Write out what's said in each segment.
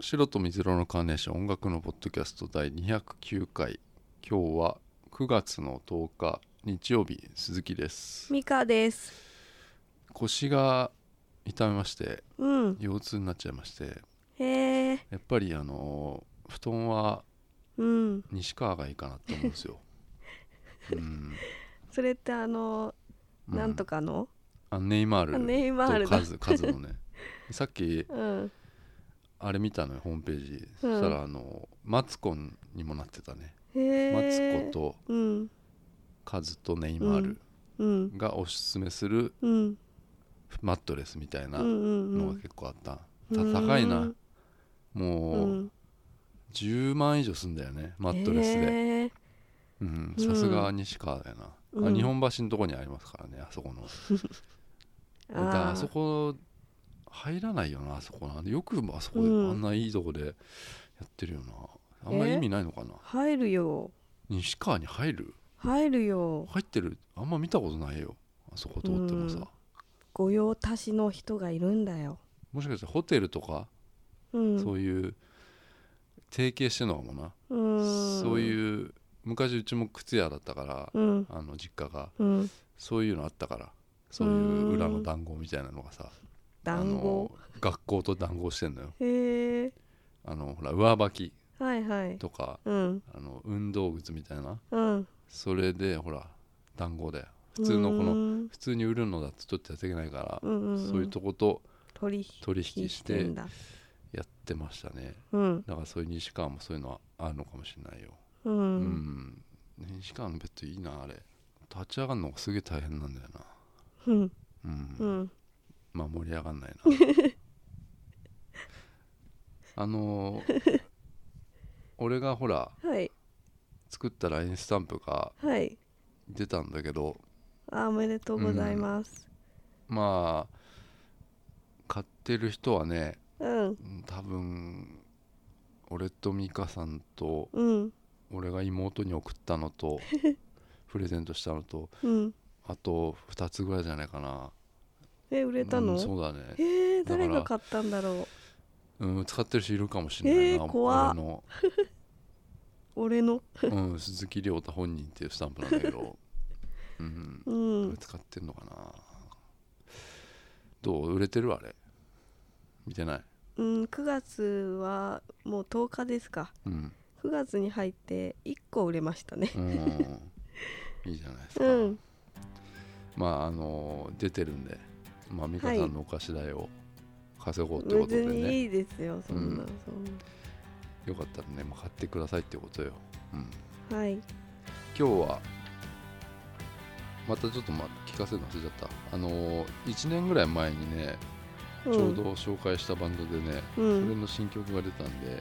白と水色のカーネーション音楽のポッドキャスト第209回今日は9月の10日日曜日鈴木ですミカです。腰が痛めましてうん。腰痛になっちゃいましてへえ。やっぱりあのー布団はうん。西川がいいかなって思うんです ようん、それってあの、なんとかかの。ネイマールあネイマールとだカズカズのねさっきうん。あれ見たのよホームページ、うんそしたらあのマツコにもなってたね、へえ。マツコ。とうん。カズとネイマールうん。がおすすめするうん。マットレスみたいなうん。うん。のうがん。結構あった、うんた高いなう。もうん10万以上すんだよねマットレスでへえ。うんうんさすが西川だよな、うんあ日本橋のとこにありますからねあそこのだからあああ。そこ入らないよなあそこなよくあそこでうんあんないいとこでやってるよな、あんまり意味ないのかな入るよ。西川に入る入るよ。入ってるあんま見たことないよあそこ通ってもさ、うん御用達の人がいるんだよ。もしかしてホテルとか、うん。そういう提携してんのかもな、うん。そうう。いう昔うちも靴屋だったから、うん。あの実家がうん。そういうのあったからそういう裏の談合みたいなのがさ、あ団子の。学校と談合してんのよへえ。あのほら上履きはいはい。とかうん。あの運動靴みたいなうん。それでほら談合だよ普通のこのの。普通に売るのだってちょっとやっていけないから、うんうん。そういうとこと取引。取引してんだ。やってましたねうん。だからそういう西川もそういうのはあるのかもしれないよううん、ん。西川のベッドいいなあれ立ち上がるのがすげえ大変なんだよなうん。うん、うん。まあ盛り上がんないな あのー俺がほらはい。作った LINE スタンプがはい。出たんだけどあおめでとうございます。まあ買ってる人はねうん、うん多分俺と美香さんとうん、俺が妹に送ったの とプレゼントしたのとうん。あと2つぐらいじゃないかなえ、売れたの、うんそうだね、えー、だから誰が買ったんだろうん、使ってる人いるかもしれないな、えー怖っ俺の、う。俺の。 うん、鈴木亮太本人っていうスタンプなんだけど、うん、うこれん。使ってんのかなどう売れてるあれ見てない、うん、9月はもう10日ですか。うん9月に入って1個売れましたね。うんいいじゃないですか、うん、まああの出てるんで、まあ、美香さんのお菓子代を稼ごうってことで別ね、にいいですよ、そんな、うんそんよかったらね、まあ、買ってくださいってことよ、うん、な。はい。今日はまたちょっとま聞かせるの忘れちゃったあの1年ぐらい前にねうん、ちょうど紹介したバンドでね、うそれん、の新曲が出たんで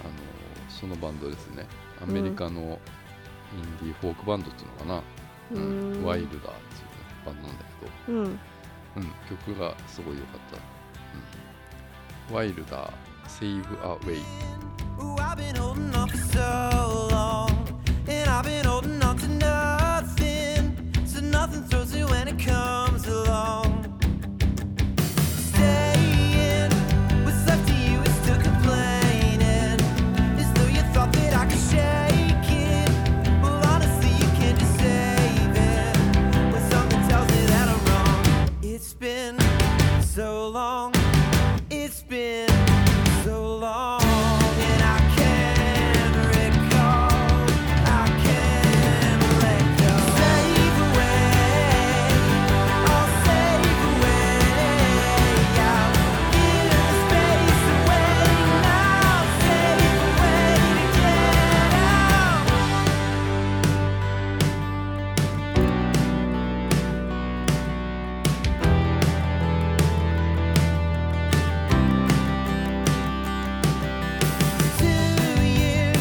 あのそのバンドですねアメリカのインディーフォークバンドっていうのかな、ううんん、ワイルダーっていうバンドなんだけど、ううん、ん、曲がすごい良かった、うん、ワイルダー Save a Way Ooh, I've been holding on for so long, and I've been holding on to nothing, so nothing throws you when it comes along. Staying, what's left of you is still complaining, as though you thought that I could shake it. Well, honestly, you can't just save it when something tells me that I'm wrong. It's been so long. It's been so long, and I can't recall. I can't let go. Save away. I'll save away. I'll give the space away. I'll save away to get out. To you,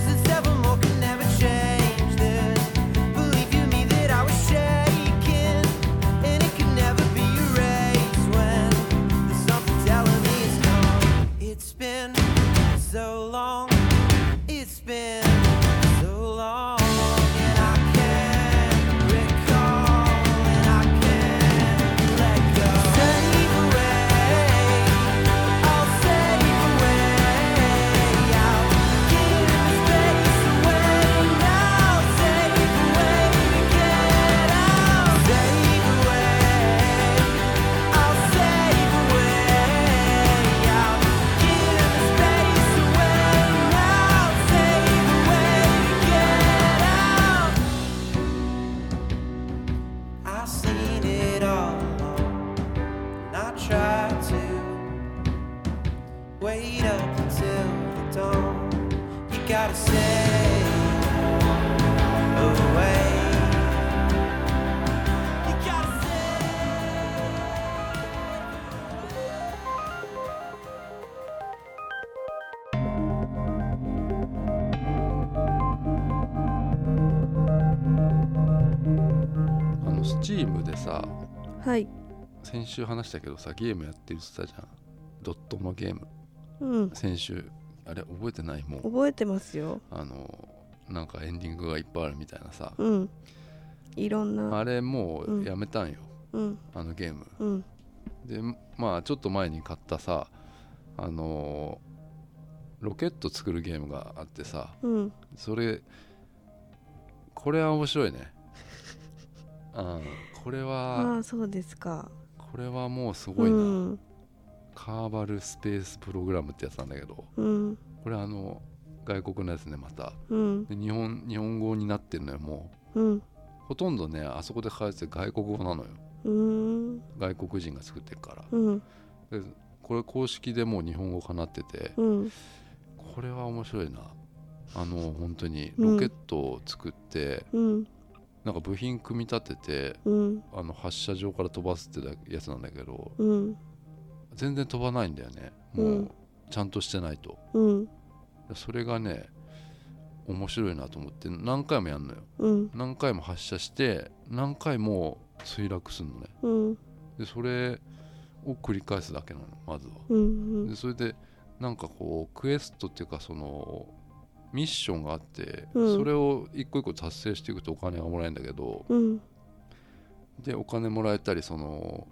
since several more can never change this. Believe you me that I was shaking, and it can never be erased when there's something telling me it's gone. It's been so long. It's been so long, and I can't recall, and I can't let go. Save away. I'll save away. wait up until the dawn. You gotta stay away. You gotta stay. あの Steam でさはい先週話したけどさゲームやってるって言ってたじゃんドットのゲームうん先週あれ覚えてないもう覚えてますよあのなんかエンディングがいっぱいあるみたいなさうんいろんなあれもうやめたんよ、うんあのゲームうんでまあちょっと前に買ったさあのロケット作るゲームがあってさうんそれこれは面白いねうんこれあはあそうですかこれはもうすごういな、んカーバルスペースプログラムってやつなんだけどうんこれあの外国のやつねまたうんで日本日本語になってんのよもうんうほとんどねあそこで書いてる外国語なのようん外国人が作ってるからうんでこれ公式でもう日本語かなっててうんこれは面白いなあの本当にうんロケットを作って、うんなんか部品組み立ててうんあの発射場から飛ばすってだやつなんだけどうん全然飛ばないんだよねもううんちゃんとしてないとうんそれがね面白いなと思って何回もやんのようん何回も発射して何回も墜落するのねうんでそれを繰り返すだけなのまずはうんでそれでなんかこうクエストっていうかそのミッションがあって、うんそれを一個一個達成していくとお金がもらえるんだけどうんでお金もらえたりその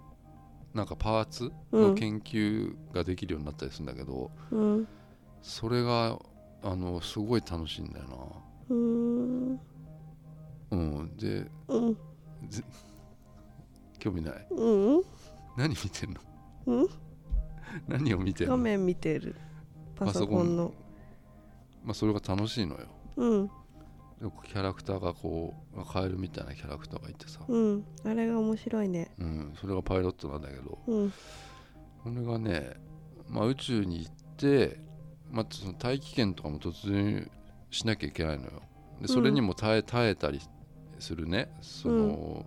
なんかパーツうのん研究ができるようになったりするんだけど、うんそれがあのすごい楽しいんだようんなうんでうん興味ない うん何見てんのうん何を見てんの画面見てるパソコンのまあ、それが楽しいのようんよくキャラクターがこうカエルみたいなキャラクターがいてさ、うんあれが面白いねうん、それがパイロットなんだけどうんこれがね、まあ、宇宙に行って、まあ、その大気圏とかも突入しなきゃいけないのよでそれにも耐え耐えたりするねその、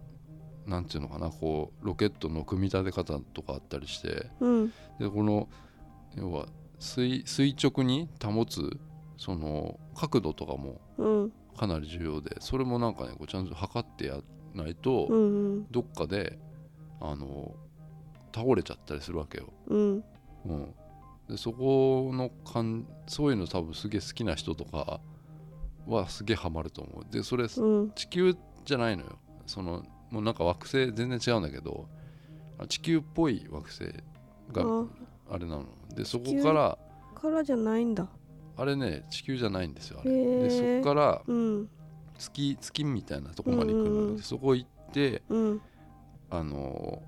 なんていうのかなこうロケットの組み立て方とかあったりしてうんでこの要は垂垂直に保つその角度とかもうんかなり重要でそれもなんかねこうちゃんと測ってやらないと、うんどっかであの倒れちゃったりするわけよ。うんうん、でそこの感そういうの多分すげえ好きな人とかはすげえハマると思う。でそれうん地球じゃないのよ。そのもうなんか惑星全然違うんだけどあ地球っぽい惑星がああれなの。でそ地こ球からからじゃないんだあれね地球じゃないんですよあれ。へーでそこからうん月月みたいなとこまで行くうんのうんで、うんそこ行ってうんあの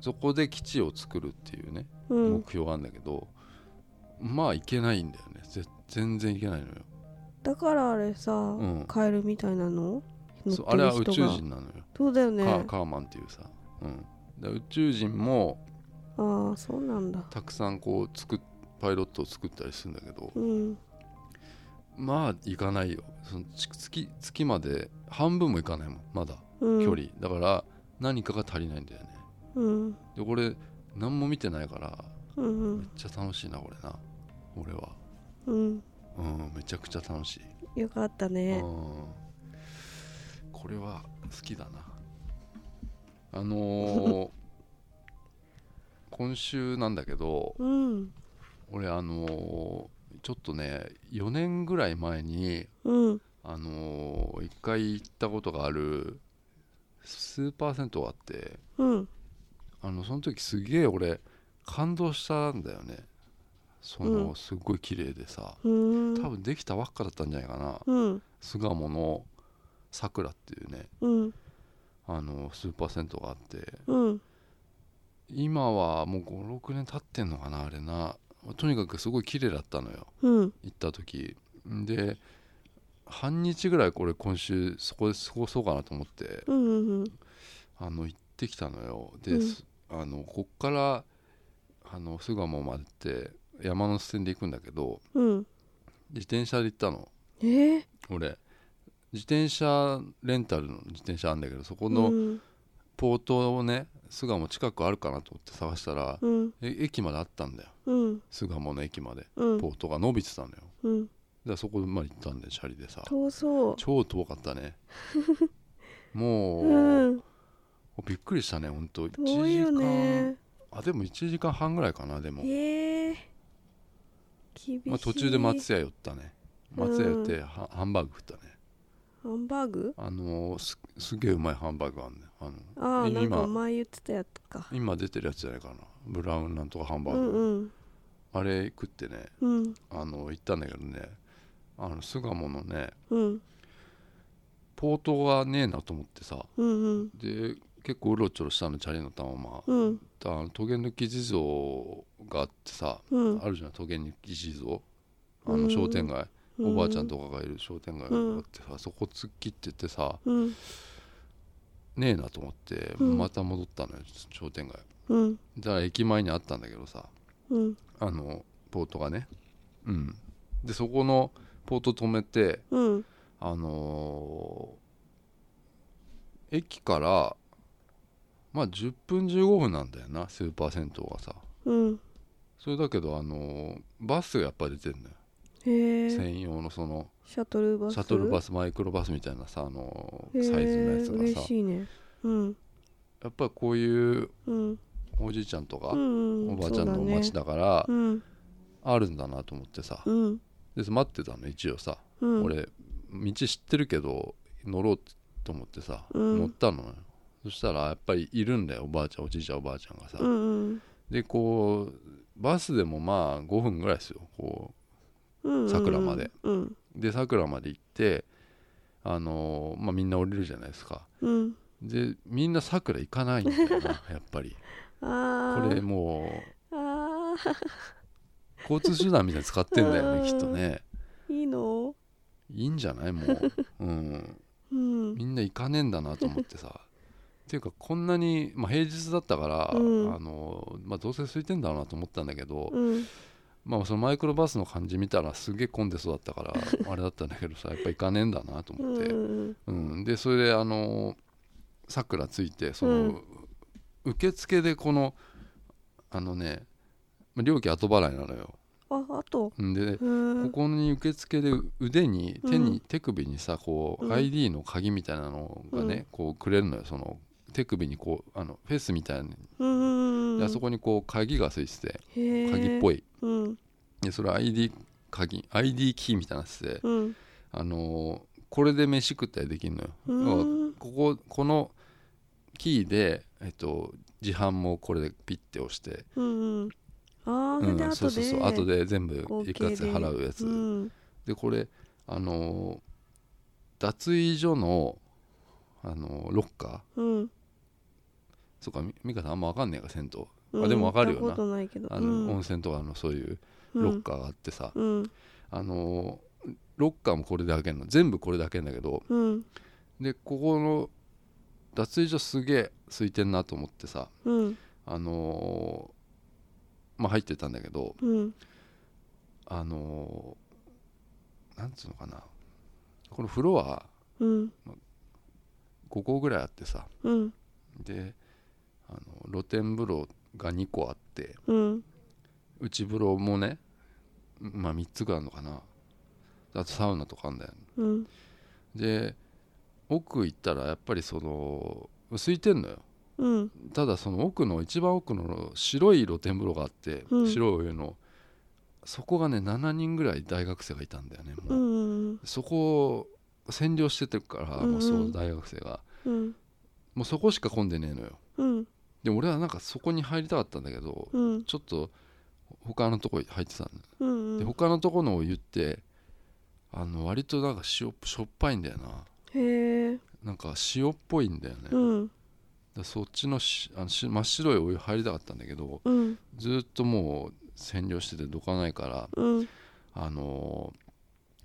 そこで基地を作るっていうねうん目標があるんだけど、まあいけないんだよねぜ全然いけないのよだからあれさんカエルみたいなの乗ってる人そうがあれは宇宙人なのよ、そうだよカねーカーマンっていうさ、うん、だ宇宙人もああそうなんだたくさんこう作っパイロットを作ったりするんだけどうんまあいかないよそのち月月まで半分もいかないもんまだうん距離、だから何かが足りないんだよねうんでこれ何も見てないからうんうめっんちゃ楽しいなこれな俺はうんうんめちゃくちゃ楽しいよかったねうんこれは好きだなあ のー今週なんだけどうん俺あのーちょっとね4年ぐらい前にうんあのー一回行ったことがあるスーパー銭湯があってうんあのその時すげえ俺感動したんだよねその、うんすっごい綺麗でさうん多分できたばっかだったんじゃないかなうん巣鴨のさくらっていうねうんあのスーパー銭湯があってうん今はもう56年経ってんのかなあれなとにかくすごい綺麗だったのようん行った時で半日ぐらいこれ今週そこで過ごそうかなと思ってうんうんあの行ってきたのよで、うんすあのこっからあの巣鴨までって山の線で行くんだけどうん自転車で行ったのえー、俺自転車レンタルの自転車あるんだけどそこうのんポートをね巣鴨近くあるかなと思って探したら、うんえ駅まであったんだようん巣鴨の駅までうんポートが伸びてたのよだかうんらそこまで行ったんでシャリでさ遠そう超遠かった ねもう、うんびっくりしたねほんと1遠い時よ間、ねあでも1時間半ぐらいかなでも、ええ厳しい、まあ、途中で松屋寄ったねうん松屋寄ってはハンバーグ食ったねハンバーグあのーすすげえうまいハンバーグあんねあのああ今なんか前言ってたやつか今出てるやつじゃないかなブラウンなんとかハンうバーグ、んうんあれ食ってねうんあの行ったんだけどねあの巣鴨のねうんポートがねえなと思ってさうんうんで結構うろちょろしたのチャリのたまま、うんあのトゲ抜き地蔵があってさ、うんあるじゃんトゲ抜き地蔵あうのん商店街、うおばあちゃんとかがいる商店街があってさ、そこ突っ切ってってさうんねえなと思ってうんまた戻ったのよ、商店街うんだから駅前にあったんだけどさうんあのポートがねうんでそこのポート止めてうんあのー駅からまあ10分15分なんだよなスーパー銭湯がさうんそれだけどあのーバスがやっぱ出てんのよへえ専用のそのシャトルバスシャトルバススマイクロバスみたいなさあのーサイズのやつが嬉さしいねうんやっぱこういううんおじいちゃんとか、うんおばあちゃんの街だだからうんあるんだなと思ってさ、うんで待ってたの一応さ、うん俺道知ってるけど乗ろうと思ってさ、うん乗ったのよそしたらやっぱりいるんだよおばあちゃんおじいちゃんおばあちゃんがさ、うんでこうバスでもまあ5分ぐらいですよこうん桜までうんうで桜まで行ってあのーまあみんな降りるじゃないですかうんでみんな桜行かないんだよ なやっぱりこああれもあう交通手段みたいに使ってんだよねきっとねーいいのいいんじゃないもう、うん、うんみんな行かねえんだなと思って さっていうかこんなに、まあ、平日だったから、うんあのまあ、どうせ空いてんだろうなと思ったんだけど、うんまあ、そのマイクロバスの感じ見たらすげえ混んでそうだったから あれだったんだけどさやっぱ行かねえんだなとう思って、うんんでそれであのさくらついてその、うん受付でこのあのねまあ料金後払いなのよ。ああとんでうーこんこに受付で腕に手に、うん手首にさこう、うん ID の鍵みたいなのがね、うんこうくれるのよその手首にこうあのフェスみたいな、うんうんうんであそこにこう鍵がついててへー鍵っぽい、うんでそれ ID 鍵 ID キーみたいなやつで、うんあのーこれで飯食ったりできるのよ、うだーかんらこここのキーで、えっと、自販もこれでピッて押して、うんうんああうん、でそう後そうでそう後で全部合計いくらつで払うやつ、うんでこれあのー脱衣所の、あのーロッカーうんそうかみ美香さんあんま分かんねえか銭湯うんあでもわかるよな行ったことないけどあの、うん温泉とかのそういうロッカーがあってさ、うんあのーロッカーもこれで開けるの全部これで開けるんだけどうんでここの脱衣所すげえ空いてんなと思ってさうんあのーまあ入ってたんだけどうんあのーなんつうのかなこのフロアうん5個ぐらいあってさうんであの露天風呂が2個あってうん内風呂もねまあ3つぐらいあるのかなあとサウナとかあんだようんで奥行ったらやっぱりその空いてんのようんただその奥の一番奥の白い露天風呂があって、うん白いお湯のそこがね7人ぐらい大学生がいたんだよねうもう、んそこを占領しててるから、もうその大学生がうんもうそこしか混んでねえのようんで俺はなんかそこに入りたかったんだけど、うんちょっと他のとこ入ってたんだよ、うんで他のとこのお湯ってあの割となんか塩しょっぱいんだよなへえなんか塩っぽいんだよね、うだかんらそっちのしあのし真っ白いお湯入りたかったんだけどうんずーっともう占領しててどかないからうんあのー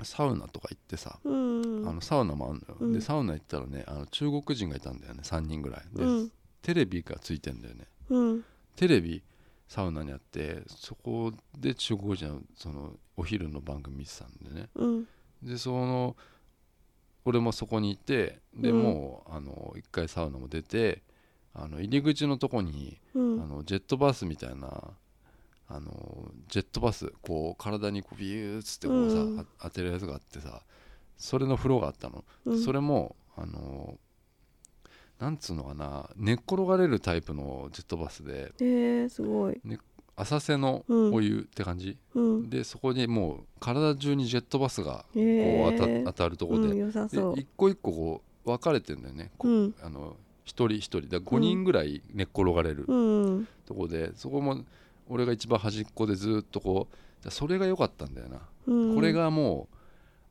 サウナとか行ってさ、うんあのサウナもあるのよ、うんでサウナ行ったらねあの中国人がいたんだよね3人ぐらいで、うんテレビがついてんだよねうんテレビサウナにあってそこで中国人のそのお昼の番組見てたんでねうんでその俺もそこにいてでうんもうあの一回サウナも出てあの入り口のとこにうあんのジェットバスみたいなあのジェットバスこう体にこうビューッつってこうさ、うんあ当てるやつがあってさそれの風呂があったの、うんそれもあのなんつうのかな寝っ転がれるタイプのジェットバスでえー、すごい浅瀬のうんお湯って感じ、うんでそこにもう体中にジェットバスがえこーう当た,、当たるとこうで,、ん、良さそうで一個一個こう分かれてんだよね、こうんあの一人一人だ5人ぐらい寝っ転がれるうんとこで、そこも俺が一番端っこでずっとこうだそれが良かったんだよな、うんこれがもう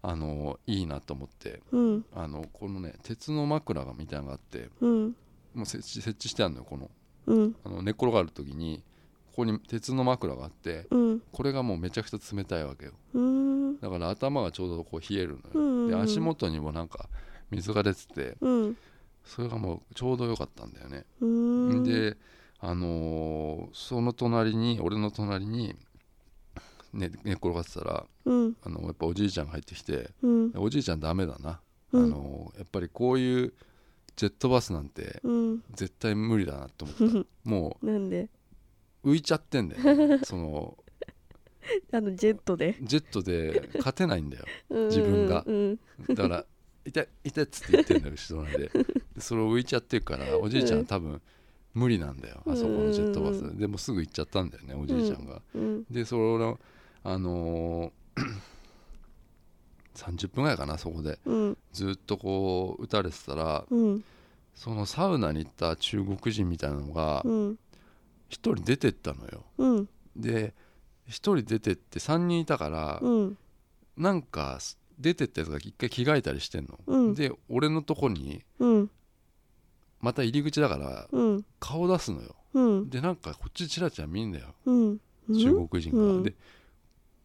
あのいいなと思ってうんあのこのね鉄の枕がみたいなのがあってうんもう設置設置してあるのよこのうんあの寝っ転がる時にここに鉄の枕があってうんこれがもうめちゃくちゃ冷たいわけようんだから頭がちょうどこう冷えるうのよ、んで足元にもなんか水が出ててうんそれがもうちょうど良かったんだよね、うんであのーその隣に俺の隣に、ね、寝っ転がってたらうんあのやっぱおじいちゃんが入ってきてうんおじいちゃんダメだな、うんあのーやっぱりこういうジェットバスなんてうん絶対無理だなと思った もなんでう浮いちゃってんだよね、そのあのジェットでジェットで勝てないんだよ自自分がうんだから「痛い痛い」っつって言ってんだよ後ろなんででそれを浮いちゃってるからおじいちゃん多分無理なんだよあそこのジェットバうんスでもうすぐ行っちゃったんだよねおじいちゃんが、うんでそれのあのー 30分ぐらいかなそこでうんずっとこう打たれてたらうんそのサウナに行った中国人みたいなのがうん一人出てったのようんで一人出てって3人いたからうんなんか出てったやつが一回着替えたりしてんの、うんで俺のとこにうんまた入り口だからうん顔出すのようんでなんかこっちチラチラ見んだようん中国人が、うんで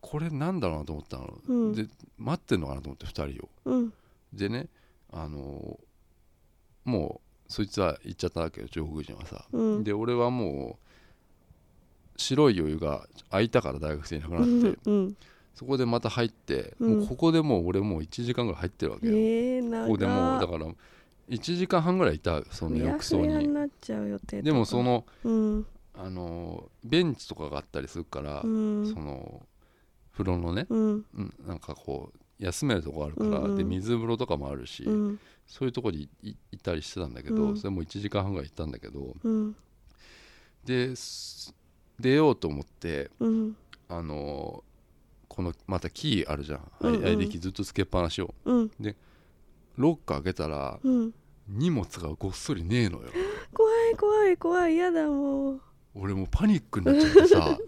これなんだろうなと思ったの、うんで待ってんのかなと思って2人をうんでねあのーもうそいつは行っちゃったわけよ中国人はさ、うんで俺はもう白い余裕が空いたから大学生いなくなって、うんそこでまた入って、うんもうここでもう俺もう1時間ぐらい入ってるわけえよ、ー長ここでもうだから1時間半ぐらいいたそのふや浴ふ槽やにになっちゃう予定でもそのうんあのベンチとかがあったりするから、うんその風呂のね、うんうんなんかこう休めるとこあるから、うんうんで水風呂とかもあるし、うんそういうとこにい行ったりしてたんだけど、うんそれも1時間半ぐらい行ったんだけどうんです出ようと思ってうんあのこのまたキーあるじゃんう合んいうん合いできずっとつけっぱなしをうんロッカー開けたらうん荷物がごっそりねえのよ怖い怖い怖いやだもう俺もうパニックになっちゃってさ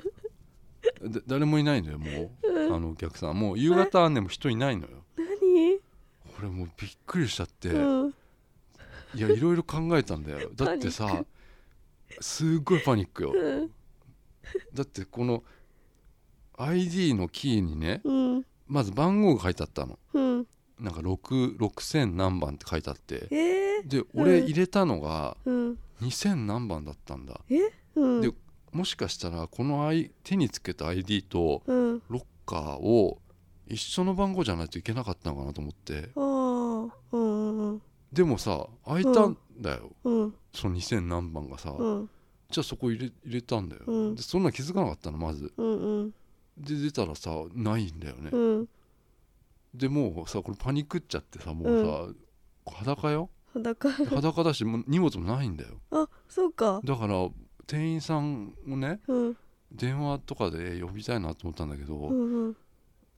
だ誰もいないのよもうあのお客さんもう夕方ねもう人いないのよ何俺もうびっくりしちゃって、うんいやいろいろ考えたんだ よだってパニッさすっごいパニックようんだってこの ID のキーにねうんまず番号が書いてあったのうんなんか6 6000何番って書いてあってえーで俺入れたのがうん2000何番だったんだうんでもしかしたらこの I 手につけた ID とうんロッカーを一緒の番号じゃないといけなかったのかなと思ってあーうんうんでもさ開いたんだよ、うんその2000何番がさ、うんじゃあそこ入れ入れたんだよ、うんでそんなん気づかなかったのまずうんうんで出たらさないんだよね、うんでもうさこれパニックっちゃってさもうさ、裸よ裸で裸だしもう荷物もないんだよあそうかだから店員さんをねうん電話とかで呼びたいなと思ったんだけど、うんうん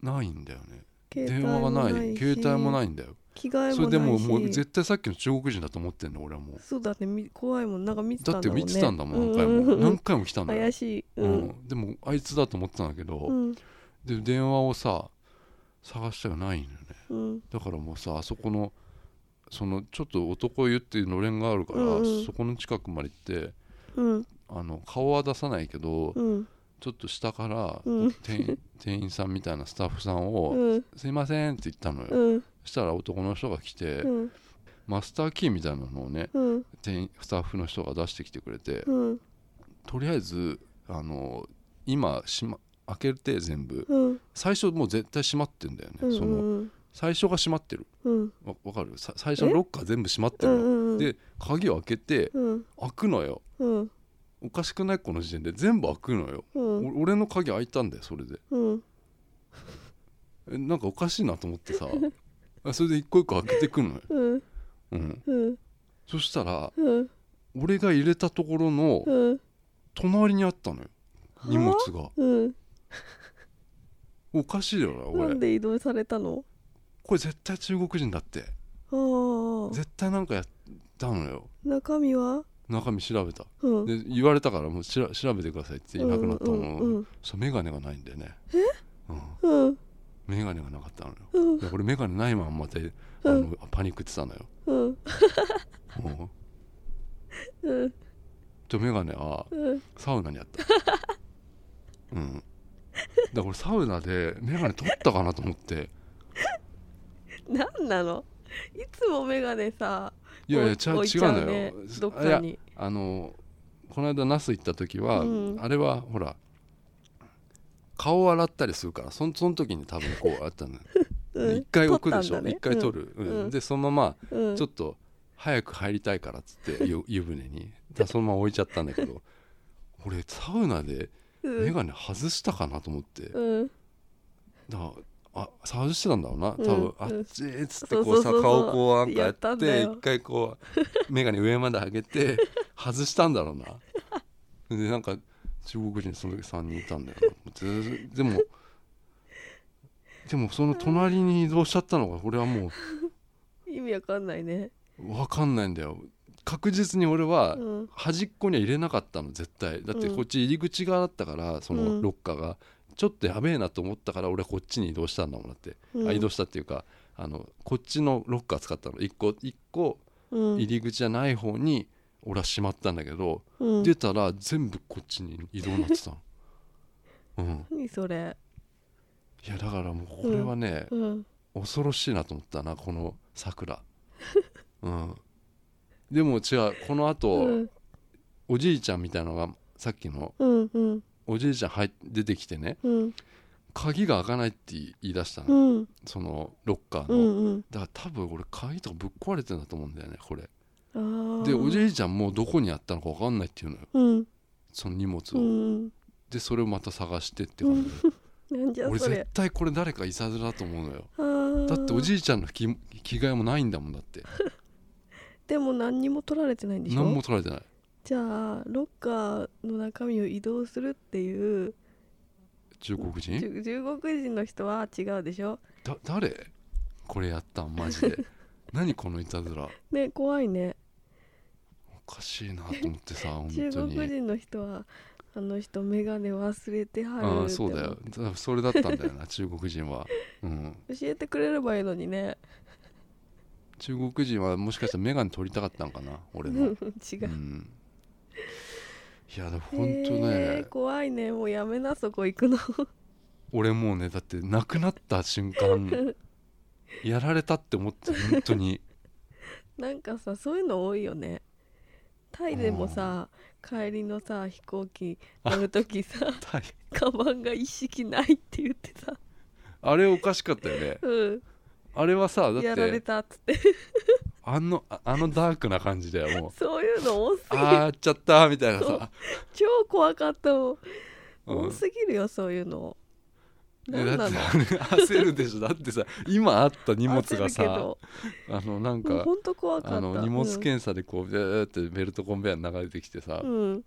ないんだよね携帯電話がもない携帯もないいんだよ着替えもないしそれでもうもう絶対さっきの中国人だと思ってんの俺はもうそうだねみ怖いもんなんか見てただんってだもんね見てたんだもん何う回うもうんうん何回も来たんだよ怪、しいうんうん、でもあいつだと思ってたんだけど、うんで電話をさ探したらないのよねうんだからもうさあそこのそのちょっと男湯っていうのれんがあるから、うんうんそこの近くまで行ってうんあの顔は出さないけど、うんちょっと下から、うん店 員店員さんみたいなスタッフさんを「うんすいません」って言ったのよ、うんそしたら男の人が来て、うんマスターキーみたいなのをねうん店員スタッフの人が出してきてくれて、うんとりあえずあの今し、ま、開けて全部うん最初もう絶対閉まってんだよね、うんそのうん最初が閉まってるうんわわかるさ最初のえロッカー全部閉まってうるんの、うんで鍵を開けてうん開くのようんおかしくないこの時点で全部開くのよ、うんお俺の鍵開いたんだよそれでうんえなんかおかしいなと思ってさあそれで一個一個開けてくのよ、うんうん、うんそしたらうん俺が入れたところのうん隣にあったのよ荷物がうんおかしいよなな俺んで移動されたのこれ絶対中国人だってああ絶対なんかやったのよ中身は中身調べたうんで言われたからもうしら調べてくださいっていなくなったの、うんうんそしたらメガネがないんだよねうん、うんメガネがなかったのようんいや俺メガネないまんまであうのんパニックってたのよ、うん うん、うんとメガネはうんサウナにあ ったうんだから俺サウナでメガネ取ったかなと思ってなんなのいつもメガネさいやいや置ちゃ違置ういちゃのよ、ねどっいかやにあのこの間那須行った時は、うんあれはほら顔を洗ったりするからそんその時に多分こうあった のようでん一回置くでしょ取ったんだね一回取る、うんうんでそのまうまんちょっと早く入りたいからっつって 湯湯船にだそのまま置いちゃったんだけど俺サウナでうん眼鏡外したかなと思って、うんだからあ外してたんだろうな多う分ん、あうっんちっつってそうこそううさそうそう顔こうなんかややったっんだてよ一回こう眼鏡上まで上げ て外したんだろうなでなんか中国人その時3人いたんだよなずーでもでもその隣に移動しちゃったのが俺はも意味わかんないねう分かんないんだよ確実に俺はうん端っこには入れなかったの絶対だってうんこっち入り口側だったからそうのんロッカーが、ちょっとやべえなと思ったから俺はこっちに移動したんだもんだって、うんあ移動したっていうかあのこっちのロッカー使ったの一個一個うん入り口じゃない方に俺はしまったんだけど、うん出たら全部こっちに移動になってた のうん何それいやだからもうこれはね、うん恐ろしいなと思ったなこの 桜うんでも違うこのあと、うんおじいちゃんみたいなのがさっきのうんうんおじいちゃん入っ出てきてねうん鍵が開かないって言い出したの、うんそのロッカーうの、んだから多分俺鍵とかぶっ壊れてんだと思うんだよねこれうんでおじいいちゃんもうどこにあったのか分かんないっていうのようんその荷物うを、んでそれをまた探してって感じで、なんじゃ俺そ絶れ対これ誰かいさずらだと思うのよだだっておじいちゃんの着着替えもないんだもんだってでも何にも取られてないんでしょ何も取られてないじゃあロッカーの中身を移動するっていう中国人中中国人の人は違うでしょだ誰これやったんマジ で何このいたずらね怖いねおかしいなと思ってさ本中当国に人の人はあの人眼鏡忘れてはるあっあてそうだよだからそれだったんだよな 中国人は、うん、教えてくれればいいのにね中国人はもしかしたら眼鏡取りたかったんかな俺 違の、う、うん、いやでも本当えねー怖いねもうやめなそこ行くの俺もうねだって亡くなった瞬 間やられたって思って本当になんかさそういうの多いよねタイでもさ帰りのさ飛行機乗る 時さタイカバンが一式ないって言ってさあれおかしかったよねうんあれはさだやっられてたっつってあのああのダークな感じだよもう そういうの多すぎるああやっちゃったみたいなさ、超怖かったもんうん多すぎるよそういうのえ何だっなてのあれ焦るでしょだってさ今あった荷物が焦るけさどあのなんもうかほんと怖かったあの荷物検査でこうビューってベルトコンベヤー流れてきてさ、うん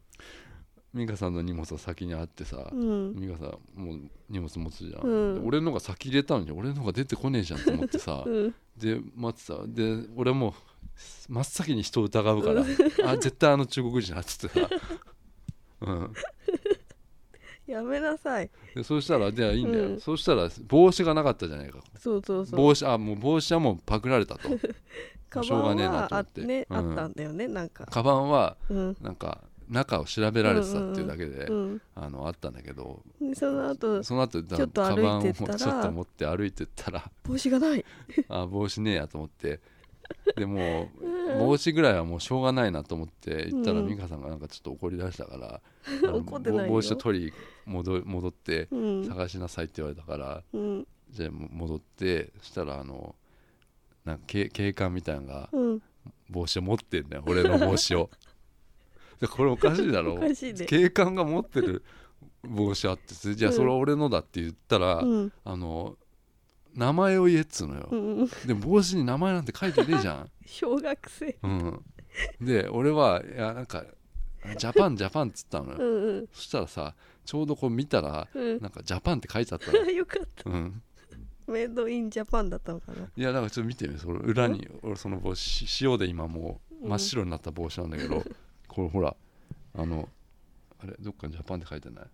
美香さんの荷物は先にあってさ、うん美香さんもう荷物持つじゃん、うんで俺のが先入れたのに俺のが出てこねえじゃんと思ってさ、うんで待ってたで俺も真っ先に人を疑うから、うんあ絶対あの中国人だっつ ってさ、うん、やめなさいでそうしたらじゃあいいんだよ、うんそうしたら帽子がなかったじゃないかそうそうそう帽子あもう帽子はもうパクられ たとカしょうがバンねえなはと思あ,、ってねうんあったんだよねなんかカバンはうんなんか中を調べられてたっていうだけで、うんあのあったんだけどでその後その後だちょっとカ歩バンいをてちったら ょっと持って歩いてったら帽子がないあ帽子ねえやと思ってでもう帽子ぐらいはもうしょうがないなと思って行ったらうん美香さんがなんかちょっと怒り出した からあの怒ってないよ帽子を取り戻戻ってうん探しなさいって言われたからうんじゃあも戻ってそしたらあのなんか警警官みたいなのがうん帽子を持ってんだよ俺の帽子 をでこれおかしいだろおかしいね警官が持ってる帽子あってそれじゃあうんそれは俺のだって言ったら、うんあの名前を言えっつうのよ、うんでも帽子に名前なんて書いてねえじゃ ん小学生うん、で俺はいやなんか「ジャパンジャパン」っつったのよ、うんうんそしたらさちょうどこう見たらうんなんか「ジャパン」って書いてあったの よかったうんメイドインジャパンだったのかないやなんかちょっと見てみその裏に俺その帽子し塩で今もう真っ白になった帽子なんだけど、これほらあのあれどっかに「ジャパン」って書いてない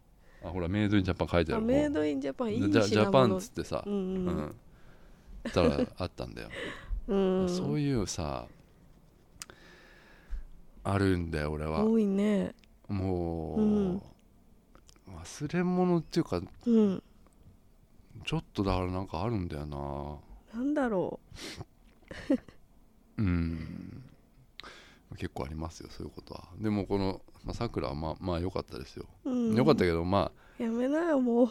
あほらメイドインジャパン書いてああるメイイドインジャパンいいンジャジャ品パン物っつってさううんんそしたらあったんだようんうんそういうさあるんだよ俺は多いねもう、うん忘れ物っていうかうんちょっとだからなんかあるんだよななんだろうん結構ありますよそういうことはでもこのまあさくらはまあまあ良かったですよ、う、うん、良かったけどまやめなよもうあ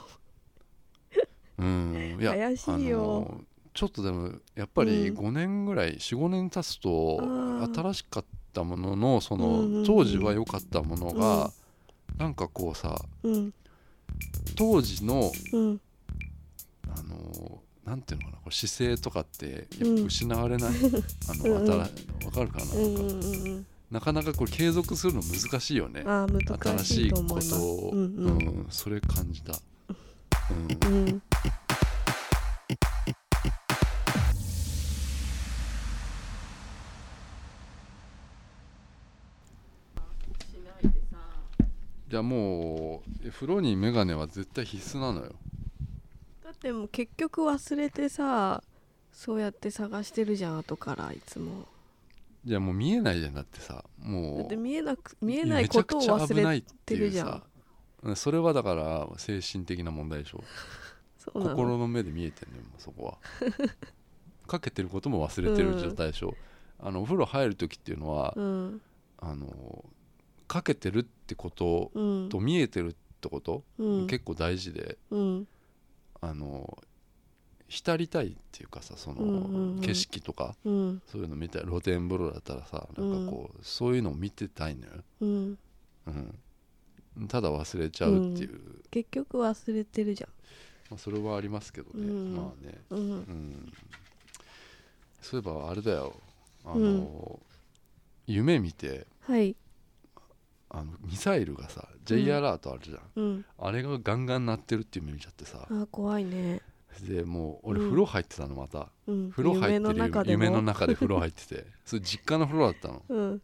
うんいや怪しいよあのちょっとでもやっぱりうん5年ぐらい、45年経つとあー新しかったもののそうんうんうのん当時は良かったものが、なんかこうさうん当時のうんあのなんていうのかなこれ姿勢とかってやうっんぱ失われ ない、うんあうんの新しわかるかなうなんんか、うんうんなかなかこれ継続するの難しいよねうんあー難新ししいいとこ思いまとすを、うんうんうんそれ感じた、うん、うんじゃあもうえ風呂に眼鏡は絶対必須なのよだってもう結局忘れてさそうやって探してるじゃん後からいつもじゃあもう見えないじゃんだってさだっもてう見えなく見えないことをめちゃくちゃ危忘ないれってているうじゃんさうんそれはだから精神的な問題でしょそうなの心の目で見えてんのよもうそ こはかけてることも忘れてる状態でしょ、あのお風呂入る時っていうのは、うんあのかけてるってことうんと見えてるってこと、うん結構大事でうんあの浸りたいっていうかさその、うんうんうん景色とかうんそういうの見た露天風呂だったらさなんかこう、そういうのを見てたいのよ、うんうん、ただ忘れちゃうっていう、結局忘れてるじまあ、それはありますけどね、うんまあねゃんうんうんそういえばあれだよあの、うん夢見てはいあのミサイルがさ J アラートあるじゃん、うんあれがガンガン鳴ってるっていう夢見ちゃってさあー怖いねでもう俺うん風呂入ってたのまた、うん風呂入ってる夢の中でも夢の中で風呂入っててそれ実家の風呂だったのうん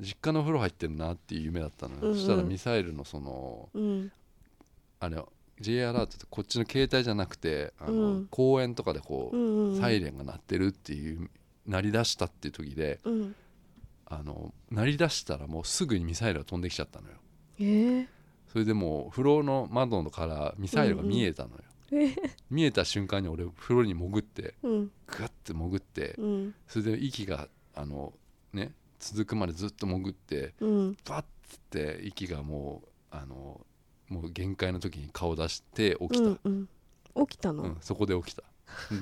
実家の風呂入ってるなっていう夢だったのよ、うんうんそしたらミサイルのそのうんあれ J アラートってこっちの携帯じゃなくてあの、うん公園とかでこうう、んうんサイレンが鳴ってるっていう鳴り出したっていう時でうんあの鳴り出したらもうすぐにミサイルが飛んできちゃったのよえーそれでもう風呂の窓からミサイルが見えたのよ、えー見えた瞬間に俺風呂に潜ってうんグッて潜ってうんそれで息があのね続くまでずっと潜ってうんパッつって息がもうあのもう限界の時に顔出して起きた、ううんんうん起きたの、そこで起きた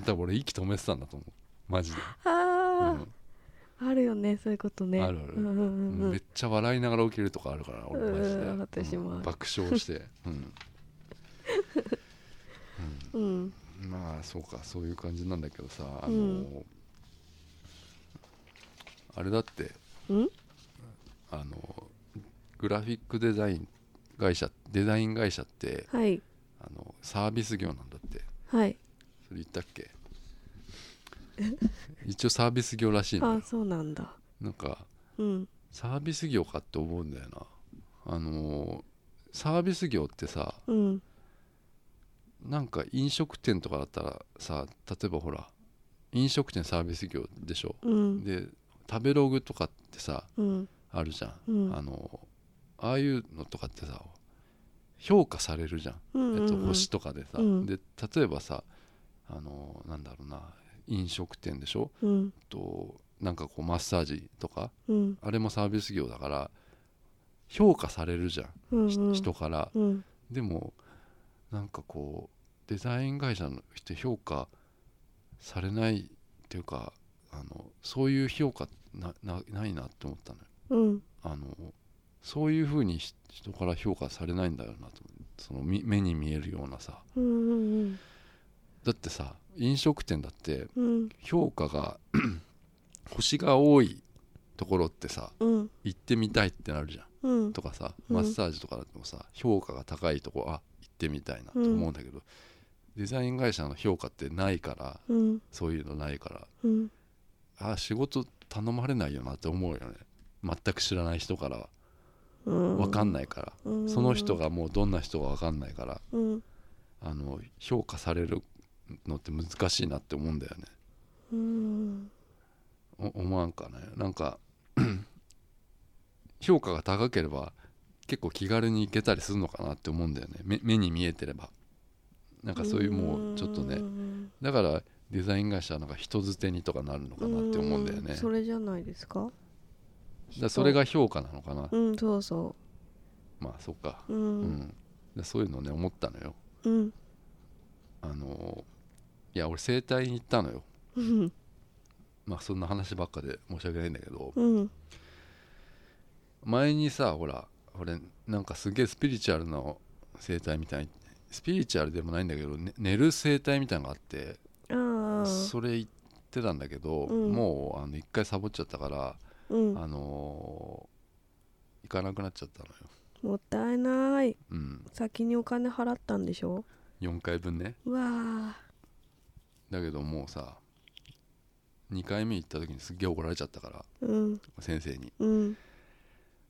多分俺息止めてたんだと思うマジで、うあんあ、あるよねそういうことねあるあるうんうんうんうんめっちゃ笑いながら起きるとかあるから俺マジで、うん私もあるうん爆笑して、うんうんうんまあそうかそういう感じなんだけどさあの、うんあれだってうんあのグラフィックデザイン会社デザイン会社ってはいあのサービス業なんだってはいそれ言ったっけ一応サービス業らしいのあよそうなんだなんかうんサービス業かって思うんだよなあのサービス業ってさうんなんか飲食店とかだったらさ例えばほら飲食店サービス業でしょうんで食べログとかってさうんあるじゃん、うんあのああいうのとかってさ評価されるじゃんうんえっうと、んうん星とかでさ、うんで例えばさあのなんだろうな飲食店でしょうんとなんかこうマッサージとかうんあれもサービス業だから評価されるじゃ、うんんひうん人からうんでもなんかこうデザイン会社の人評価されないっていうかあのそういう評価ななないなって思ったのようんあのそういうふうにひ人から評価されないんだよなと思うそのみ目に見えるようなさうんうんだってさ飲食店だってうん評価が 星が多いところってさうん行ってみたいってなるじゃんうんとかさうんマッサージとかだってもさ、評価が高いとこあ行ってみたいなと思うんだけど、デザイン会社の評価ってないからうんそういうのないかうんらあ仕事頼まれないよなって思うよね全く知らない人からはうん分かんないから、うんその人がもうどんな人が分かんないからうんあの評価されるのって難しいなって思うんだよねうんお思わんかねなんか 評価が高ければ結構気軽に行けたりするのかなって思うんだよね目目に見えてればなんかそういうもうちょっとねんだからデザイン会社はなんか人づてにとかなるのかなって思うんだよねそれじゃないですかだそれが評価なのかなうんそうそまあそっかうううん、んだそういうのね思ったのようんあのーいや俺整体に行ったのようんまあそんな話ばっかで申し訳ないんだけどうん前にさほら俺なんかすげえスピリチュアルな生態みたいスピリチュアルでもないんだけど、ね寝る生態みたいなのがあってああそれ行ってたんだけど、うんもうあの一回サボっちゃったから、うんあのー行かなくなっちゃったのよ、もったいないうん、先にお金払ったんでしょ4回分ねうわあだけどもうさ2回目行った時にすっげえ怒られちゃったからうん先生にうん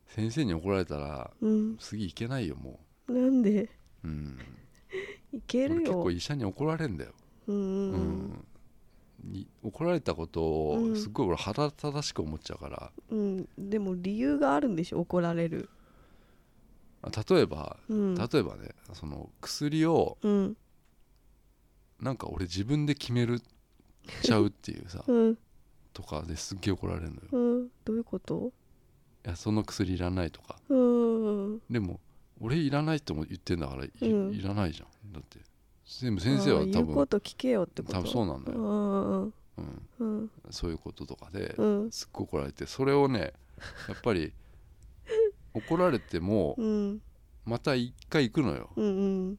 先生に怒られたらうん次行けないよもなんでう、うん、いけ俺る結よ構医者に怒られるんだようんうんうんに怒られたことうをんすっごい俺腹立たしく思っちゃうから、うんでも理由があるんでしょ怒られるあ例えば、うん例えばねその薬をうんなんか俺自分で決めるちゃうっていう さうんとかですっげえ怒られるのようんどういうこといやその薬いらないとかうんでも俺いらないっても言ってんだからい,、うんらないじゃんだってでも先生はあ多あ言うこ分と聞けよってこと多分そうなんだよ、うんうん、うんそういうこととかでうんすっごい怒られてそれをねやっぱ り怒られてもうんまた一回行くのよ、うん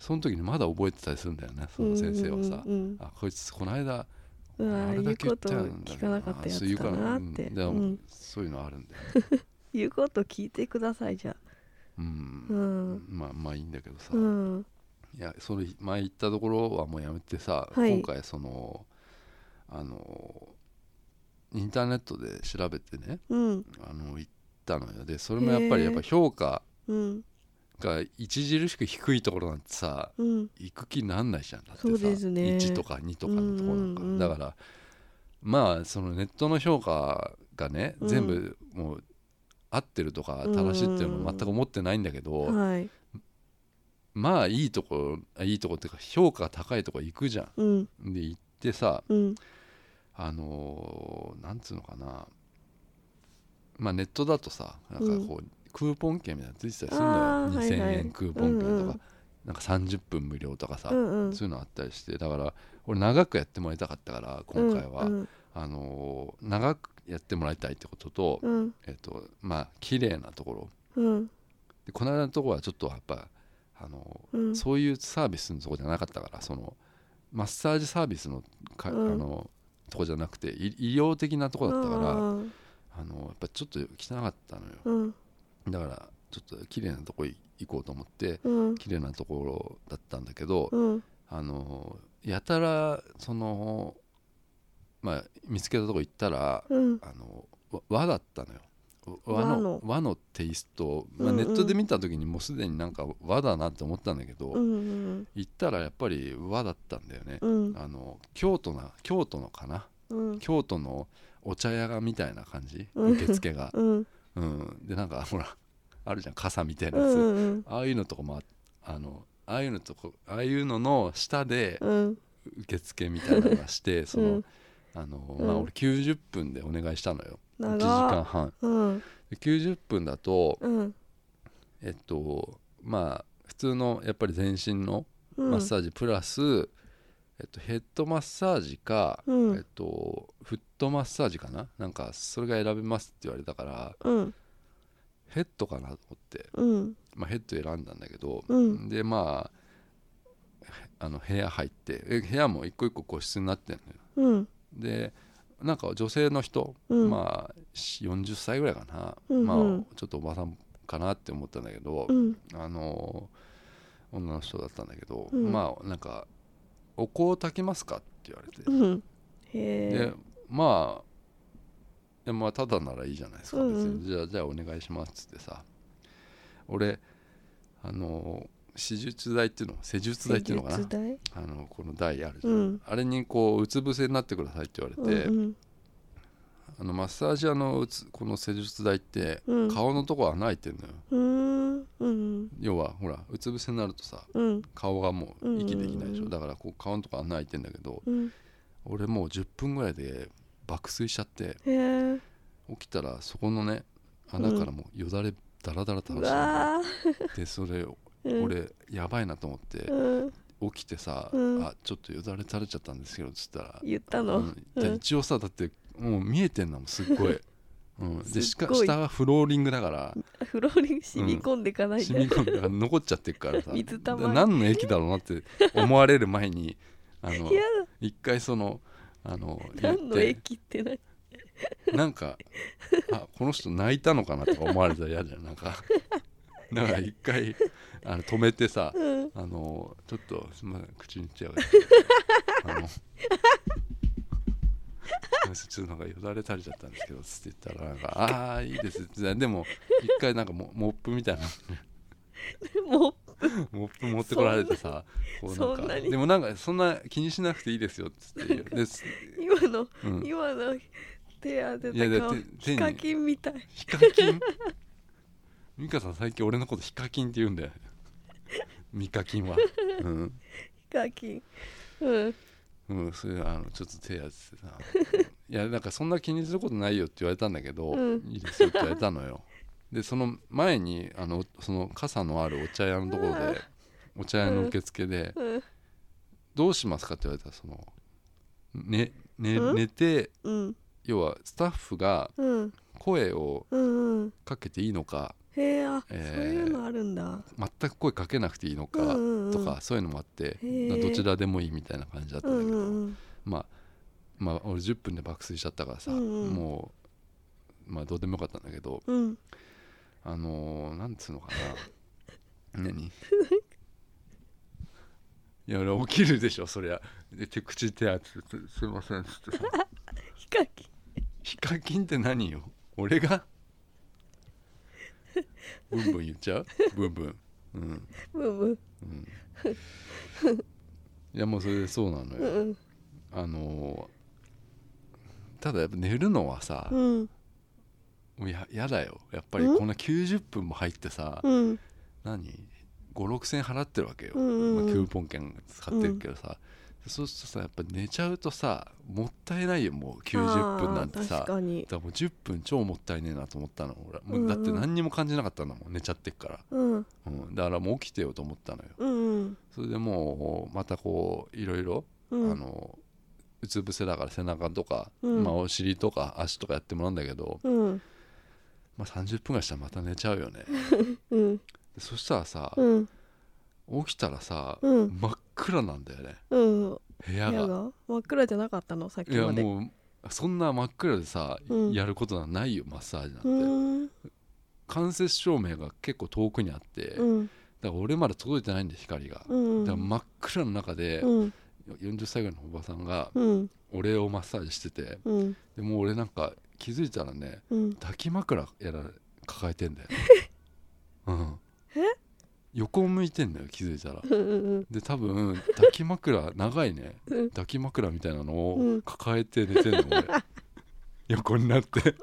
その時にまだ覚えてたりするんだよねその先生はさ、うんあこいつこの間うんうん、あああれ言だうけ言こっとたんだ聞かなかったやそういつうかだなって、うんでもうん、そういうのあるんだよ、言うこと聞いてくださいじゃううんんまあまあいいんだけどさ、うんいやその前言ったところはもうやめてさ、はい今回そのあのインターネットで調べてねうんあの行ったのよでそれもやっぱりやっぱ評価うんが著しく低いところなんてさうん行く気なんないじゃんだってさ、そうですね1とか2とかのとこなんか、うんうんうんだからまあそのネットの評価がね、うん全部もう合ってるとか正しいっていうのは全く思ってないんだけど、はいまあいいとこあいいとこっていうか評価が高いとこ行くじゃうんん。で行ってさうんあのーなんつうのかなまあネットだとさなんかこう、クーポン券みたいなのついてたりするあーのよ2000円、はいはいクーポン券とか、うんうんなんか30分無料とかさ、うんうんそういうのあったりしてだから俺長くやってもらいたかったから今回は、うんうんあのー長くやってもらいたいってことと、うんえっとまあ綺麗なところうんでこの間のところはちょっとやっぱ、あのーうんそういうサービスのとこじゃなかったからそのマッサージサービスのか、うんあのとこじゃなくて医医療的なとこだったから、うんあのーやっぱちょっと汚かったのようんだからちょっと綺麗なとこい行こうと思ってうん綺麗なところだったんだけど、うんあのやたらそのまあ見つけたとこ行ったらうんあのわ和だったのよ和和の和ののテイスト、まあ、うんネうんットで見た時にもうすでになんか和だなって思ったんだけど、うん行ったらやっぱり和だったんだよね、うんあの京都な京都のかなうん京都のお茶屋がみたいな感じうん受付が、うんうん、でなんかほらあるじゃん傘みたいなうやつ、んああいうのとかもああのああいうのとこああいうのの下で、うん受付みたいなのがしてその、うんあの、うんまあ、俺90分でお願いしたのよ1時長間っ半うんで90分だとうんえっとまあ普通のやっぱり全身のうんマッサージプラス、えっと、ヘッドマッサージか、うんえっと、フットマッサージかななんかそれが選べますって言われたからうんヘッドかなと思って、うんまあ、ヘッド選んだんだけど、うんでまああの部屋入ってえ部屋も一個一個個室になってんのようんでなんか女性の人、うんまあし40歳ぐらいかな、うんうんまあ、ちょっとおばさんかなって思ったんだけど、うんあの女の人だったんだけど、うんまあなんか「お香炊きますか?」って言われて、うんへでえまあいやまあただならいいじゃないですか、うんうん別にじゃあじゃあお願いしますっつってさ俺あの施術台っていうの施術台っていうのかな代あのこの台あるじゃん、うんあれにこううつ伏せになってくださいって言われて、うんあのマッサージ屋のうつこの施術台ってうん顔のとこ穴開いてんのよ、うんうーん要はほらうつ伏せになるとさうん顔がもう息できないでしょ、うんだからこう顔のとこ穴開いてんだけどうん俺もう10分ぐらいで爆睡しちゃってへえ起きたらそこのね穴からもうよだれダラダラ垂うらわしてでそれー俺やばいなと思ってうんうん起きてさ「うんあちょっとよだれ垂れちゃったんですけど」っつったら言ったのうんでうん一応さだってもう見えてんのもんすっごい。うん、でしすっかごい下がフローリングだからフローリング染み込んでいかない染みで込んで残っちゃってるからさ水たまり何の駅だろうなって思われる前にあのいや一回そのあのやっ何の駅って何てなんかあこの人泣いたのかなとか思われたら嫌じゃんなん かだから一回あの止めてさうんあのちょっとすみません口に言っちゃうあのすいませんちょっとなんかよだれ垂れちゃったんですけどつって言ったらなんか「ああーいいです」でも一回なんかモモップみたいなもうモップ持ってこられてさこうなんそんなかにでもなんかそんな気にしなくていいですよっつって言う です、今のうん、ヒ今の手当ていやただっ顔て手にヒカキンみたいカキン美香さん最近俺のことヒカキンって言うんだよミカキンはうん、ヒカキンうんうん、それあのちょっと手やっててさ「いやなんかそんな気にすることないよ」って言われたんだけど「うんいいですよ」って言われたのよでその前にあのその傘のあるお茶屋のところでお茶屋の受付で、うんどうしますかって言われたらその、ねね、うん寝てうん要はスタッフがうん声をうんうんかけていいのかへえあ、えーそういうのあるんだ全く声かけなくていいのうんかうんうんとかそういうのもあってへーどちらでもいいみたいな感じだったうんだんけうどんうんまあまあ俺10分で爆睡しちゃったからさうんうんもうまあどうでもよかったんだけどうんあのーなんつうのか な何いや俺起きるでしょそりゃで手口手当ててすすいませんっつってさヒカキンヒカキンって何よ俺がブンブン言っちゃうブンブンうんブブうんいやもうそれでそうなのうよんあのーただやっぱ寝るのはさう、んもうややだよやっぱりうんこんな90分も入ってさ、うん何56000円払ってるわけよ、うんうんうんまあ、クーポン券使ってるけどさ、そうするとさやっぱ寝ちゃうとさもったいないよもう90分なんてあーさ確かにだからもう10分超もったいねえなと思ったの俺もんううんだって何にも感じなかったんだもん寝ちゃってっから、うんうん、だからもう起きてよと思ったのようんうんそれでもうまたこういろいろ、うんあのうつ伏せだから背中とか、うんまあ、お尻とか足とかやってもらうんだけど、うんまあ、30分ぐらいしたらまた寝ちゃうよねうんでそしたらさ、うん起きたらさ、うん真っ暗なんだよねうん部屋部が屋が真っ暗じゃなかったのさっきいやまでうもうそんな真っ暗でさ、うんやることなんないよマッサージなんて、ーん間接照明が結構遠くにあって、だかうんら俺まで届いてないんで光が、うんだから真っ暗の中で、うん40歳ぐらいのおばさんがうん俺をマッサージしててうんでもう俺なんか気づいたらねうん抱き枕やら抱えて んだよ、ね、うんえ横向いてんだよ気づいたらうんうんで多分抱き 枕長いねうん抱き枕みたいなのうをん抱えて寝てんの俺 横になってで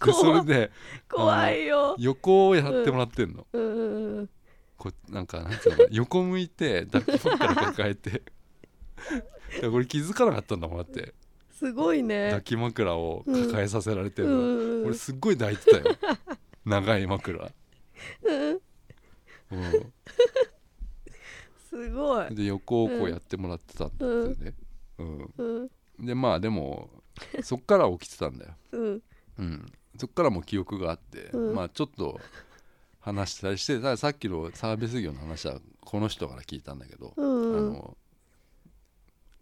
怖それで怖いよ横をやってもらってんの、うんうんうんこなんかなんつうの横向 いて抱き枕抱えていやこれ気づかなかったんだもんだってすごい抱ね。き枕を抱えさせられてうるの、んう俺んすっごい抱い てたよ長い枕、うん。うすごいん、。で横をこうやってもらってたんだってね、うんうんでまあでもそっから起きてたんだよ、うんうん、そっからも記憶があって、うんまあちょっと話したりしてたださっきのサービス業の話はこの人から聞いたんだけど、あうん。の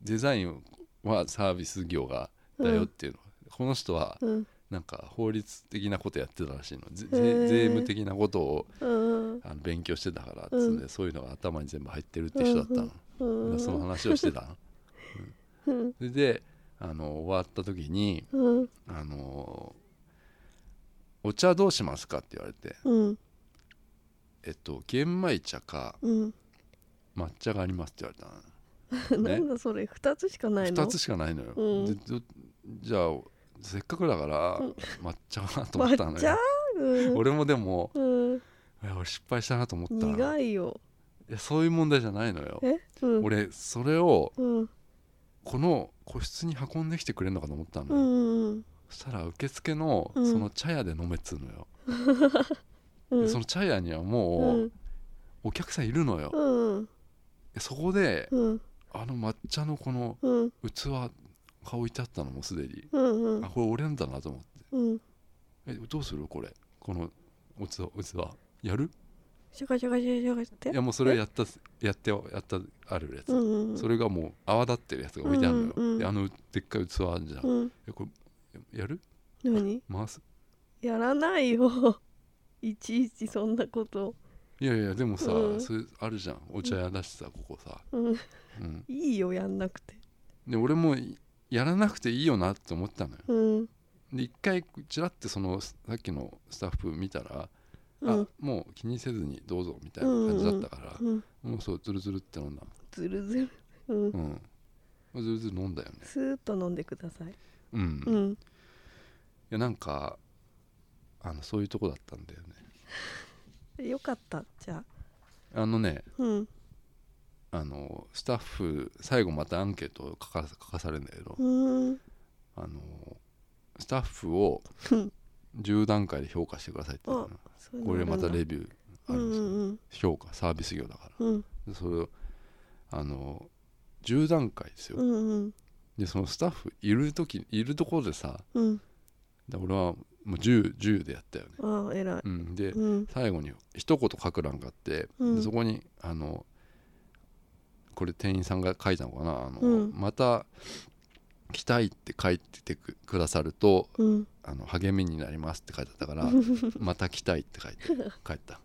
デザインはサービス業がだよっていうの、この人はうんなんか法律的なことやってたらしいのぜへーぜ税務的なことをうんあの勉強してたからっつうんで、うそういうのが頭に全部入ってるって人だったの、うんその話をしてたのうんそれであの終わった時にうん「あのお茶どうしますか?」って言われてうん「えっと玄米茶かうん。抹茶があります」って言われた の、なねんだそれ二つしかないの。 2つしかないのよ、うんでどじゃあせっかくだからうん抹茶かなと思ったの抹茶よ、？うん俺もでもうん。いや俺失敗したなと思ったい苦いよ。やそういう問題じゃないのよえ？うん。俺それをうんこの個室に運んできてくれるのかと思ったのうよ、んそしたら受付のうんその茶屋で飲めっつうのよ、うでん。その茶屋にはうもうんお客さんいるのよ、うんでそこでうんあの抹茶のこのうん器が置いてあったのもうすでにうんうんあこれ俺のだなと思ってうん。えどうするこれこのおつ器やるシャカシャカシャカシャカしていや。もうそれやったやってやったあるやつ、うんうん。それがもう泡立ってるやつが置いてあるのよ、うんうんうんであのでっかい器あるじゃん、うん。えこれやる何？回すやらないよ。 いちいちそんなこと。いやいやでもさ、うんそれあるじゃんお茶屋だしさここさ、うん。うん、いいよやんなくて。で俺もいやらなくていいよなって思ったのようんで一回ちらってそのさっきのスタッフ見たら、うあんもう気にせずにどうぞみたいな感じだったから、うん。もうそうズルズルって飲んだずるずる。うんう。んズルズル飲んだよねスーッと飲んでください。うん、ういん。やなんかあのそういうとこだったんだよねよかったじゃあ。あのねうんあのスタッフ最後またアンケートを書か書かされるんだけど、うんあのスタッフをうん10段階で評価してくださいって言うのねそういうのこれまたあるんだレビューあうるんんですよ、うん評価サービス業だからうんでそれをあの10段階ですよ、うんうんでそのスタッフいる時いるところでさうんで俺はもう 10, 10でやったよね、ああ偉いうん、で、うん最後に一言書く欄があって、うんでそこにあのこれ店員さんが書いたのかなあの、うんまた来たいって書いててくくださるとうんあの励みになりますって書いてあった からまた来たいって書いて帰った、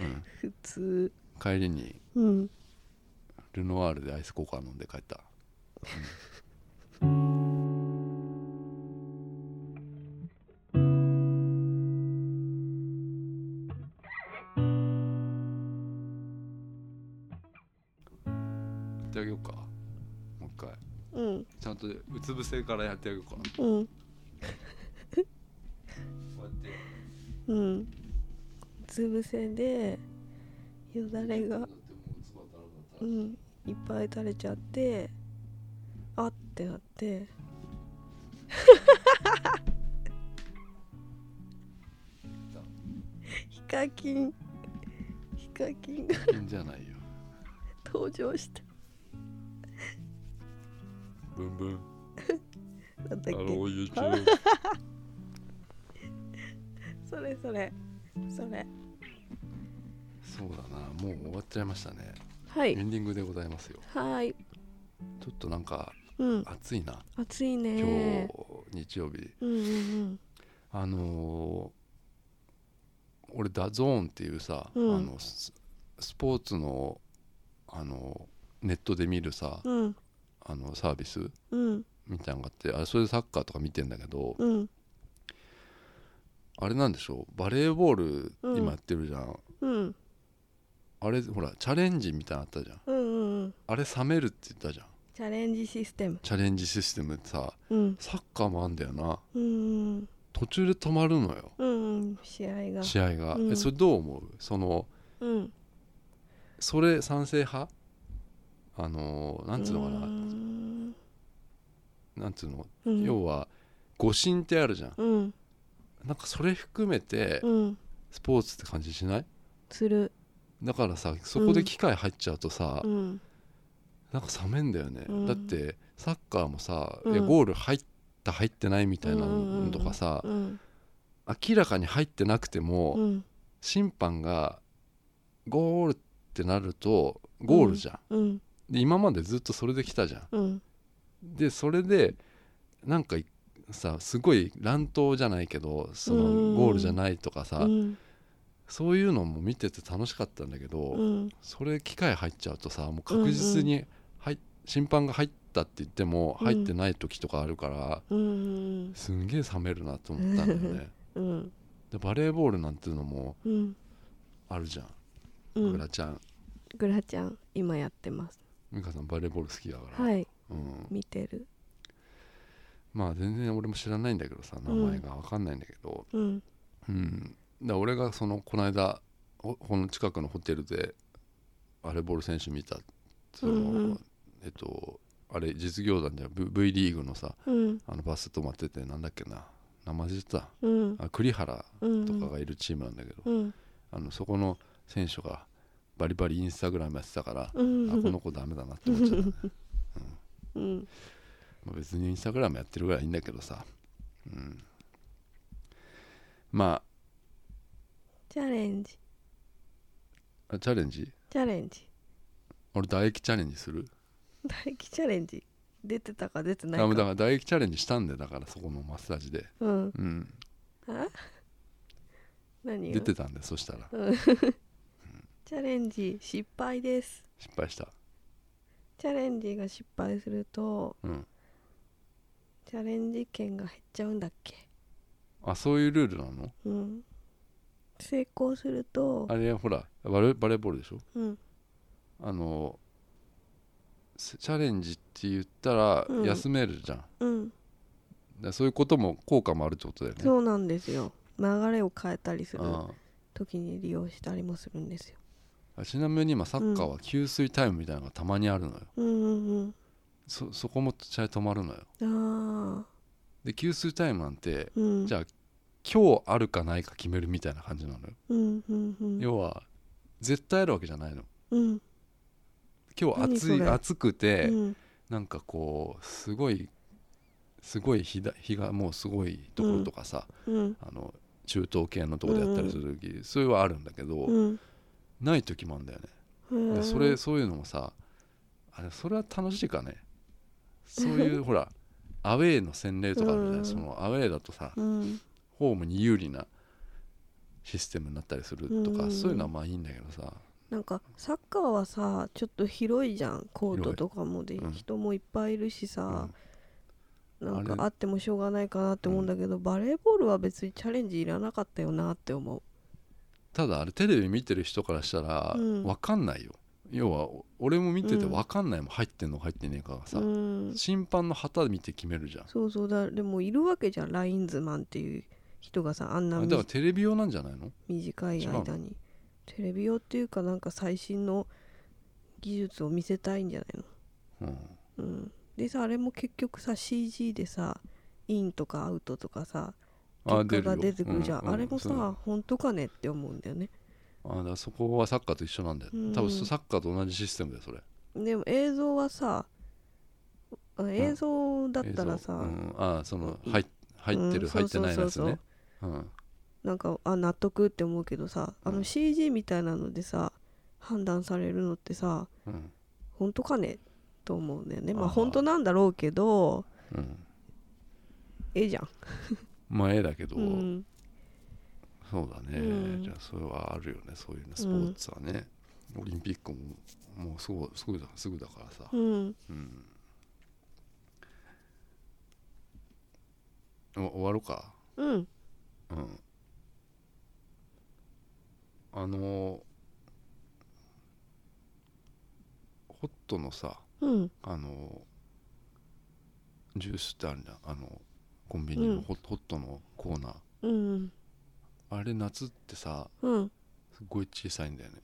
うん、普通帰りにうんルノワールでアイスコーカー飲んで帰ったやってあげようかもう一回うんちゃんとうつ伏せからやってあげようか なうんこうやってうんうつ伏せでよだれがうんいっぱい垂れちゃってあってなって ヒカキンヒカキンがいいんじゃないよ登場したブンブンなんあだっけの YouTube それそれそれそうだなもう終わっちゃいましたねはエいンディングでございますよはいちょっとなんかうん暑いな暑い今ね日日曜日うんうんあのー俺ダゾーンっていうさ、うんあのススポーツのあのネットで見るさ、うんうんあのサービスうんみたいなのがあってあれそれでサッカーとか見てんだけど、うんあれなんでしょうバレーボールうん今やってるじゃん、うんあれほらチャレンジみたいなのあったじゃんうんうんうんあれ冷めるって言ったじゃんチャレンジシステムチャレンジシステムってさうんサッカーもあんだよなうんうん途中で止まるのようんうん試合が試合が、うんえそれどう思うそのうんそれ賛成派あのーなんつうのかなーんなんつうの、うん要は誤信ってあるじゃんうんなんかそれ含めてうんスポーツって感じしないするだからさそこで機械入っちゃうとさ、うんなんか冷めんだよね、うんだってサッカーもさ、うんいやゴール入った入ってないみたいなのとかさ、うん明らかに入ってなくても、うん審判がゴールってなるとゴールじゃん、うんで今までずっとそれで来たじゃんうんでそれでなんかいさすごい乱闘じゃないけどそのうんゴールじゃないとかさ、うんそういうのも見てて楽しかったんだけど、うんそれ機械入っちゃうとさもう確実に入っ審判が入ったって言ってもうん入ってない時とかあるから、うんすんげえ冷めるなと思ったんだよねうんでバレーボールなんていうのもうんあるじゃん、うグんラちゃんグラちゃん今やってます美香さんバレーボール好きだから、はいうん、見てるまあ全然俺も知らないんだけどさ名前が分かんないんだけど、うんうん、だから俺がそのこの間ほこの近くのホテルでバレーボール選手見たその、うんうんえっとあれ実業団じゃん V- V リーグのさうんあのバス止まっててなんだっけな名前出てたうんあ栗原うんとかがいるチームなんだけど、うんあのそこの選手がバリバリインスタグラムやってたから、うあこんの子ダメだなって思っちゃった、まうんあ別にインスタグラムやってるぐらいいいんだけどさ、うん、まチャレンジあチャレンジチャレンジ俺唾液チャレンジする大気チャレンジ出てたか出てないあだかから唾液チャレンジしたんでだからそこのマッサージで、うんうん、あ何出よてたんでそしたらチャレンジ失敗です失敗した、チャレンジが失敗するとうん、チャレンジ権が減っちゃうんだっけあそういうルールなのうん成功するとあれほらバレバレーボールでしょうんあのせチャレンジって言ったらうん休めるじゃん、だかうんらそういうことも効果もあるってことだよねそうなんですよ流れを変えたりするあ時に利用したりもするんですよあちなみに今サッカーは給水タイムみたいなのがたまにあるのよ、うんうんそそこも試合止まるのようんああで給水タイムなんてうんじゃあ今日あるかないか決めるみたいな感じなのよ、うんうんうん要は絶対あるわけじゃないのうん今日暑い何それ暑くて、うんなんかこうすごいすごい日だ日がもうすごいところとかさ、うんあの中東系のところでやったりする時、それはあるんだけど、うんない時もあるんだよね、へでーそれそういうのもさあれそれは楽しいかねそういう ほらアウェーの洗礼とかあるじゃない、うんそのアウェーだとさうんホームに有利なシステムになったりするとか、うんそういうのはまあいいんだけどさなんかサッカーはさちょっと広いじゃんコート広いとかもで、うん人もいっぱいいるしさ、なんかあれあってもしょうがないかなって思うんだけど、バレーボールは別にチャレンジいらなかったよなって思うただあれテレビ見てる人からしたらうん分かんないよ、要はお俺も見てて分かんないもん入ってんのか入ってねえかがさ、うん審判の旗見て決めるじゃんそうそうだでもいるわけじゃんラインズマンっていう人がさあんなあれみだからテレビ用なんじゃないの短い間にテレビ用っていうかなんか最新の技術を見せたいんじゃないのうんうんでさあれも結局さ CG でさインとかアウトとかさあ結果が出てくるじゃんあ,、出よううれもそうさ本当かねって思うんだよねあだからそこはサッカーと一緒なんだよ、うん多分そうサッカーと同じシステムだよそれでも映像はさあ映像だったらさ、映像うん、あその入っ入ってる、うん入ってないやつそうそうそうねうんなんかあ納得って思うけどさあうのん CG みたいなのでさ判断されるのってさうん本当かねと思うんだよねまああー本当なんだろうけどうんええじゃんまあ絵だけど、うんそうだね、うんじゃあそれはあるよねそういうねスポーツはね、オリンピックももうすぐすぐだすぐだからさ、うんうんお終わろうかうんうんあのーホットのさうんあのージュースってあるじゃんあのコンビニうんのホ,、ホットのコーナーうんあれ夏ってさうんすごい小さいんだよね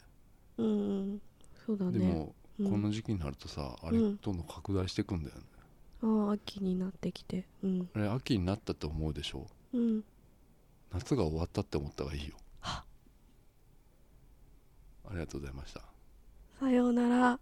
うんそうだでねも、うんこの時期になるとさあれうどんんどん拡大していくんだよね、ああ秋になってきてうんあれ秋になったと思うでしょうん夏が終わったって思った方がいいよありがとうございましたさようなら